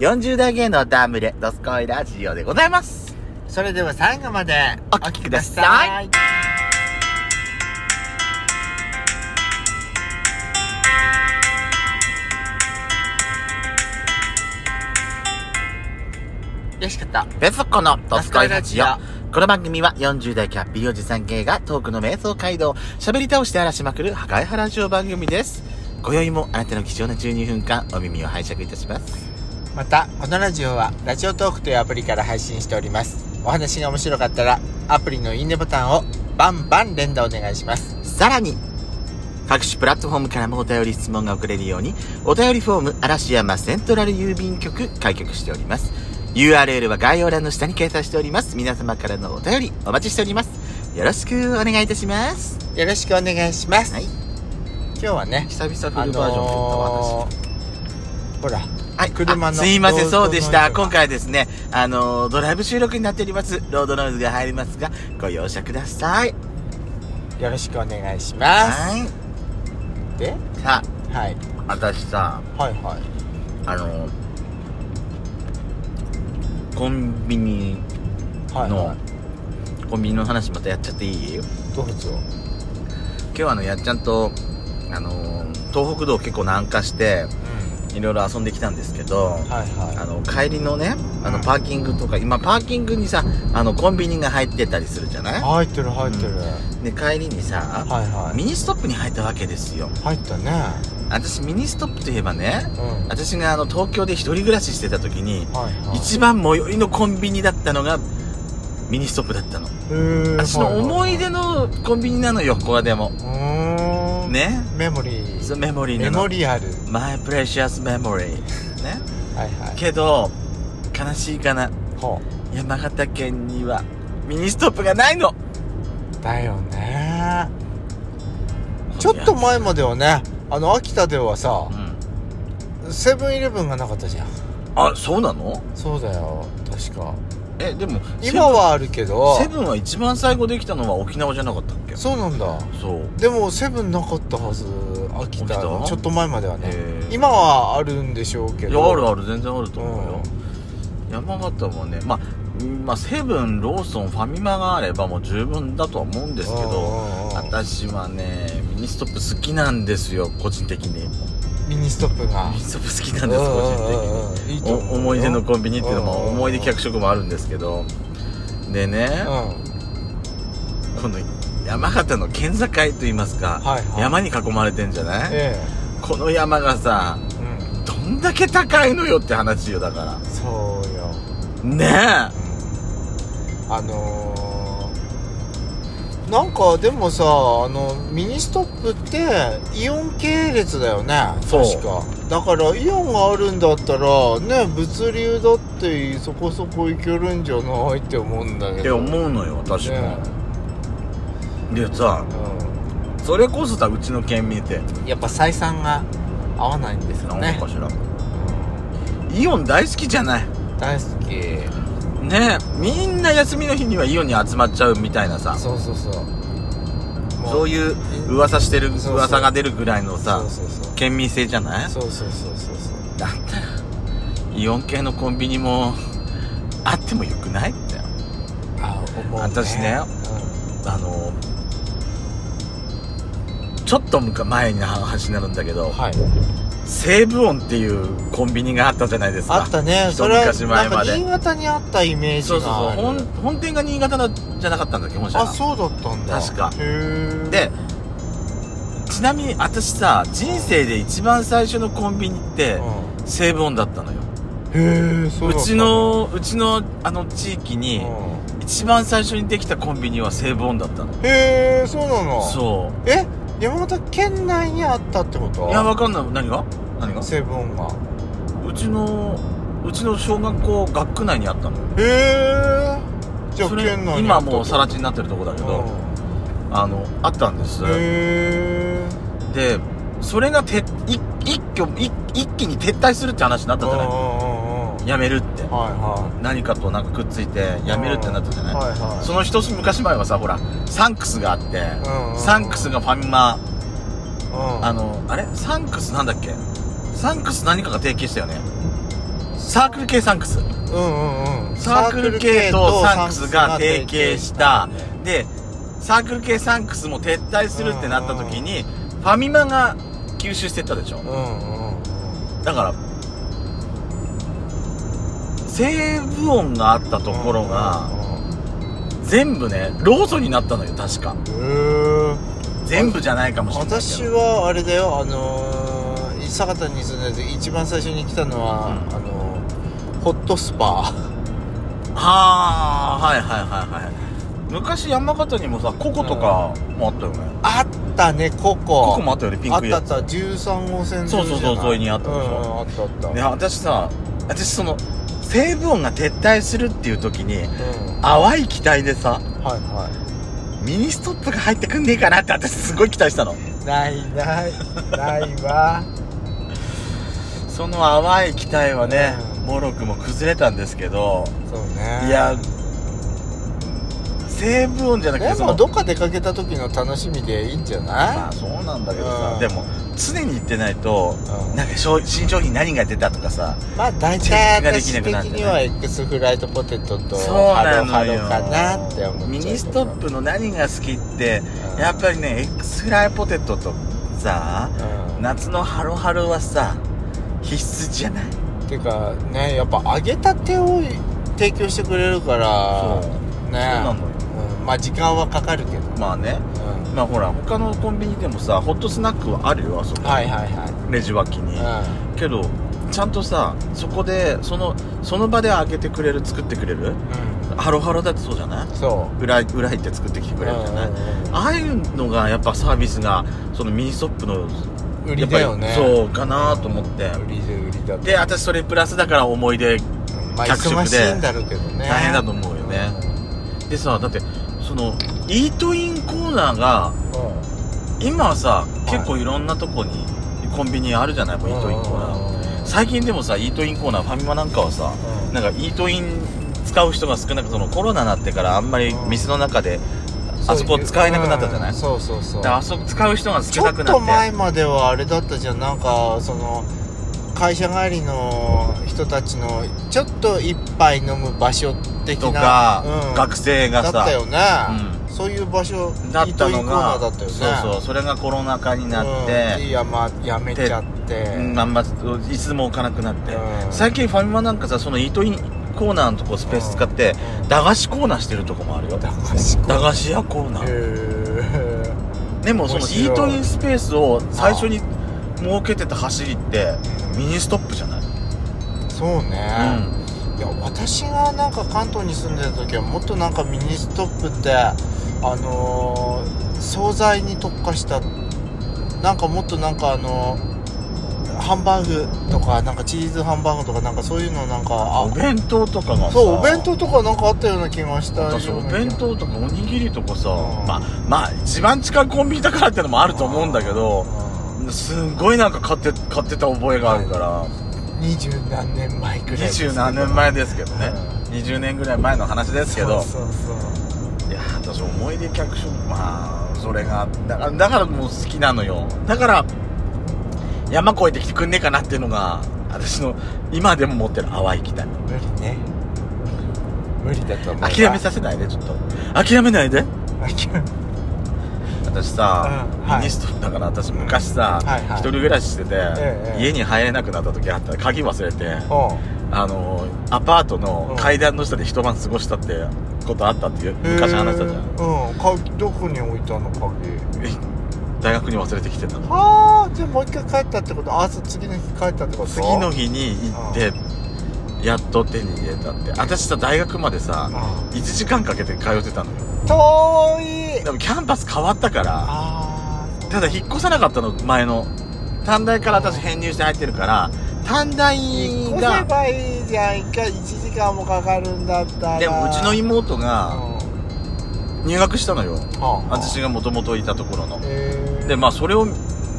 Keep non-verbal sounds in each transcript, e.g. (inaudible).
40代芸能ダームレ、ドスコイラジオでございます。それでは最後までお聞きください。よしかった。ベソコのドスコイラジオドスコイラ。この番組は40代キャッピーおじさん系がトークの瞑想街道を喋り倒して荒らしまくる破壊派ラジオ番組です。今宵もあなたの貴重な12分間お耳を拝借いたします。また、このラジオは、ラジオトークというアプリから配信しております。お話が面白かったら、アプリのいいねボタンをバンバン連打お願いします。さらに、各種プラットフォームからもお便り質問が送れるように、お便りフォーム嵐山セントラル郵便局開局しております。URL は概要欄の下に掲載しております。皆様からのお便りお待ちしております。よろしくお願いいたします。よろしくお願いします。はい今日はね、久々あフルバージョン撮ったわ、私。のー、ほら、はい、車のあすいません、ロードそうでした。ノイズが今回はですね、あのードライブ収録になっております。ロードノイズが入りますが、ご容赦ください。よろしくお願いします。はい。で、さはい。あ、私さ、はいはい。あのーコンビニはい、の、はい。コンビニの話またやっちゃっていいどうぞ。今日はあの、やっちゃんと、あのー東北道結構南下して、ういろいろ遊んできたんですけど、ん。はいはい。あの帰りのねあのうんパーキングとか今パーキングにさあのコンビニが入ってたりするじゃない入ってる入ってる、うんで帰りにさ、はいはいミニストップに入ったわけですよ入ったね私ミニストップといえばねうん私があの東京で一人暮らししてた時にはいはい一番最寄りのコンビニだったのがミニストップだったのへー私の思い出のコンビニなのよここでもはいはいうーんねメモリーそうメモリーメなモのリアルマイプレシャスメモリーねはいはいけど悲しいかなほ山形県にはミニストップがないのうだよねちょっと前まではねあの秋田ではさうんセブンイレブンがなかったじゃんあそうなのそうだよ確かえでも今はあるけどセブンは一番最後できたのは沖縄じゃなかったっけそうなんだそうでもセブンなかったはず秋田の秋田ちょっと前まではねへー今はあるんでしょうけいやどあるある全然あると思うよ、山形もねまあ、うんまあ、セブンローソンファミマがあればもう十分だとは思うんですけどうんうんうん私はねミニストップ好きなんですよ個人的にミニストップがミニストップ好きなんです個人人的的にお思い出のコンビニっていうのうんうんもうん思い出客色もあるんですけどでねうんはこの山形の県境といいますか、いはい山に囲まれてんじゃない、えこの山がさえうんどんだけ高いのよって話よだかそうよらねうんあのーなんかでもさあのミニストップってイオン系列だよねそう確かだからイオンがあるんだったらね物流だってそこそこ行けるんじゃないって思うんだえけってど思うのよ私も、ねでさそれこそさうちの県民ってうん、やっぱ採算が合わないんですよ何ねかしら、イオン大好きじゃない大好きねえみんな休みの日にはイオンに集まっちゃうみたいなさそうそうそうそうういう噂してるそうそう噂が出るぐらいのさそうそうそう県民性じゃないそうそうそうそうそうだったらイオン系のコンビニもあってもよくないってあ思うね私ねあのちょっとむか前の話になるんだけうんどはい西武音っていうコンビニがあったじゃないですかあったね一それは昔前なんまかで新潟にあったイメージそがうそうそうある本本店が新潟だじゃなかったんだっけ本社あがそうだったんだ確かへーでちなみに私さ人生で一番最初のコンビニってう西武音だったのよんへえそううだったんだちのうちのあの地域うにん一番最初にできたコンビニは西武音だったのへえそうなのそえ山形県内にあったってことういやわかんない何が何がセブンがうちのうちの小学校学区内にあったのよへえじゃあそれ県内に今あったってもこうと更地になってるとこだけど、うんあのあったんです、へえでそれがて一一挙一一気に撤退するって話になったじゃなはいやめるっていは何かとなんかくっついていやめるってなったじゃない、はいはいその一つ昔前はさほらサンクスがあって、うんうんサンクスがファミマうんあのあれサンクスなんだっけサンクス何かが提携したよねサークル系サンクスうんうんうんサークル系とサンクスが提携したでサークル系サンクスも撤退するってなった時にファミマが吸収してったでしょうんうんうんだから西武音があったところが全部ねローソンになったのよ確かうんうんうんへー全部じゃないかもしれない私けどはあれだよあのー、佐方に住んでて一番最初に来たのは、うんあのーホットスパはあはいはいはいはい昔山形にもさココとかもあったよね、あったねココココもあったよねピンクいあやっつたあった13号線沿いじゃそないうそうそう沿いにあったうでしんょうんあったあったで私さ私その西武音が撤退するっていう時にうん淡い期待でさはいはミニストップが入ってくんねえかなって私すごい期待したのいないないない (laughs) わその淡い期待はねうんもろくも崩れたんですけどそうねいや西武音じゃなくてでそものどっか出かけた時の楽しみでいいんじゃない、まあそうなんだけどうさんでも常に行ってないとうんなんか商新商品何が出たとかさまあ大チェッ体クができ私なく的なっちゃうねには X フライドポテトとそうハなロのハロよかなって思っちゃうミニストッププの何が好きってやっぱりね X フライポテトとさうん夏のハロハロはさ必須じゃないていうかねやっぱ揚げたてを提供してくれるからそうねそうなのようんまあ時間はかかるけど、まあねうんまあほら他のコンビニでもさホットスナックはあるよあそこ、はいはいはレジ脇に、い、けどちゃんとさそこでそのその場で開けてくれる作ってくれるうんハロハロだってそうじゃないうん、そ裏裏行って作ってきてうくれるじゃない、うんああいうのがやっぱサービスがそのミニストップの売りだよねやっぱりそうかなと思って売りで売りだとで私それプラスだから思い出まあ客色で忙しいんだろうけどね大変だと思うよねでさだってそのイートインコーナーがうんうん今はさい結構いろんなとこにコンビニあるじゃないもうイートインコーナー最近でもさイートインコーナーファミマなんかはさうんなんかイートイン使う人が少なくそのコロナになってからあんまり店の中であそこ使えなくなったじゃないうんそうそうそうだからあそこ使う人がち少ょなっくなってと前まではあれだったじゃんなんかその会社帰りの人たちのちょっと一杯飲む場所的なとか、うん学生がさだったよね、うそういう場所だったイートイのンコーナがーだったよねそうそうそれがコロナ禍になっうんて、でやまやめちゃって、うん、あんまいつも置かなくなって、うん最近ファミマなんかさそのイートインコーナーのとこスペース使って、うん駄菓子コーナーしてるとこもあるよ駄菓子駄菓子屋コーナー、へでもそのイ面白いートインスペースを最初に設けてた走りってミニストップじゃない、ーそうね、いや私がなんか関東に住んでた時はもっとなんかミニストップってあのー、惣菜に特化したなんかもっとなんかあのー、ハンバーグとかなんかチーズハンバーグとかなんかそういうのなんかあうんお弁当とかがさそうお弁当とかなんかあったような気がしたような私気おが弁当とかおにぎりとかさ、うんまあまあ一番近いコンビニだからってのもあると思うんだけどすんごいなんか買って買ってた覚えがあるから二十何年前くらい二十何年前ですけどね20年ぐらい前の話ですけどそうそうそういや私思い出客所まあそれがだからだからもう好きなのよだから山越えてきてくんねえかなっていうのが私の今でも持ってる淡い期待無理ね無理だと思うわ諦めさせないでちょっと諦めないで諦め私さ、うんはいミニストップだから私昔さ、はいは一い人暮らししてて、ええ家に入れなくなった時あった鍵忘れて、うんあのアパートうのん階段の下で一晩過ごしたってことあったっていう昔話したじゃん、うん鍵どこに置いたの鍵大学に忘れてきてたのはあじゃあもう一回帰ったってことあそう次の日帰ったってこと次の日に行ってやっと手に入れたって私さ大学までさあ1時間かけて通ってたのよ遠いでもキャンパス変わったからああただ引っ越さなかったの前の短大から私編入して入ってるから短大引っ越せがばいいじゃん一回1時間もかかるんだったらでもうちの今妹が入学したのよ私ががもともといたところのえーでまあそれを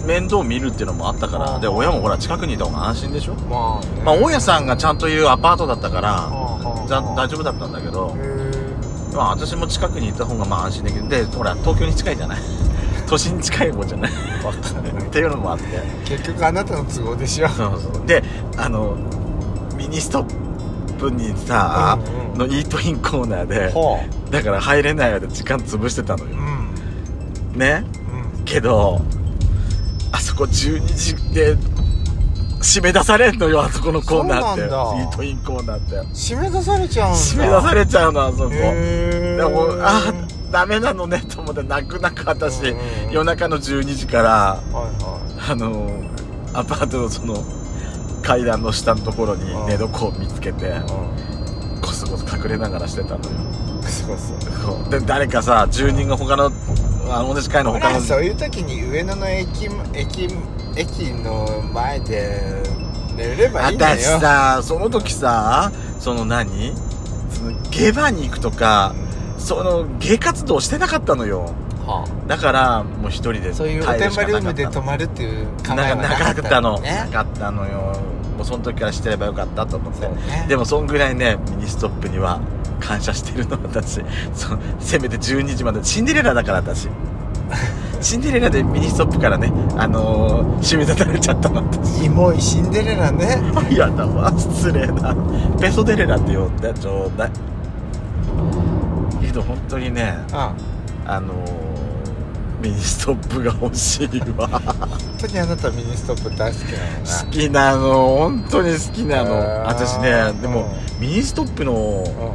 面倒見るっていうのもあったからで親もほら近くにいた方が安心でしょまあねまあ大家さんがちゃんと言うアパートだったからあじゃ大丈夫だったんだけどへーまあ私も近くにいた方がまあ安心できるでほら東京に近いじゃない (laughs) 都心に近いもんじゃ (laughs) ないわかんないっていうのもあって結局あなたの都合でしょそうそうであのミニストップにさ、うんうんのイートインコーナーでほだから入れない間時間潰してたのううよんねうんけどあそこ12時で締め出されんのよあそこのコーナーってイそうなんだートインコーナーって締め出されちゃうんだ締め出されちゃうのあそこでへーもうあダメなのねと思って泣く泣く私、うんうん夜中の12時からはいはあのアパートのその階段の下のところに寝床を見つけてこそこそ隠れながらしてたのよいクソクソそうで誰かさ住人が他のあの同じ階のほ他らのそういう時に上野の駅も駅駅の前で寝ればいいんだよ私さその時さその何そのゲバに行くとかその芸活動してなかったのよはだからもう一人であそういうお帰てるんしばかルなーかムっでた泊のまるっていう考えはなななかったのなねかったのよもうその時からしてればよかったと思ってそうねでもそんぐらいねミニストップには感謝してるの私 (laughs) そうせめて12時までシンデレラだから私シンデレラでミニストップからねあのー、締め立たれちゃったの私イモいシンデレラね (laughs) やだわ失礼なペソデレラって呼んでちょうだいけど本当にねああのー、ミニストップが欲しいわ本当にあなたミニストップ大好きなのね好きなの本当に好きなのへー私ねでも、ミニストップの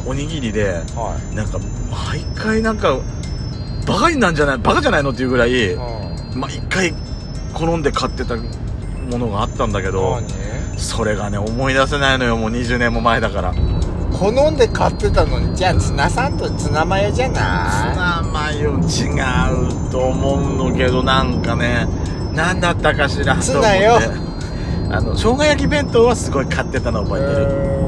うんおにぎりで、はなんか毎回なんかバカになんじゃないバカじゃないのっていうぐらいいうん毎回好んで買ってたものがあったんだけどそれがね思い出せないのよもう20年も前だから何好んで買ってたのにじゃあツナサンドツナマヨじゃツナなマヨ違うと思うのけどなんかね何だったかしらと思ってツナよあの生姜焼き弁当はすごい買ってたのい覚えてる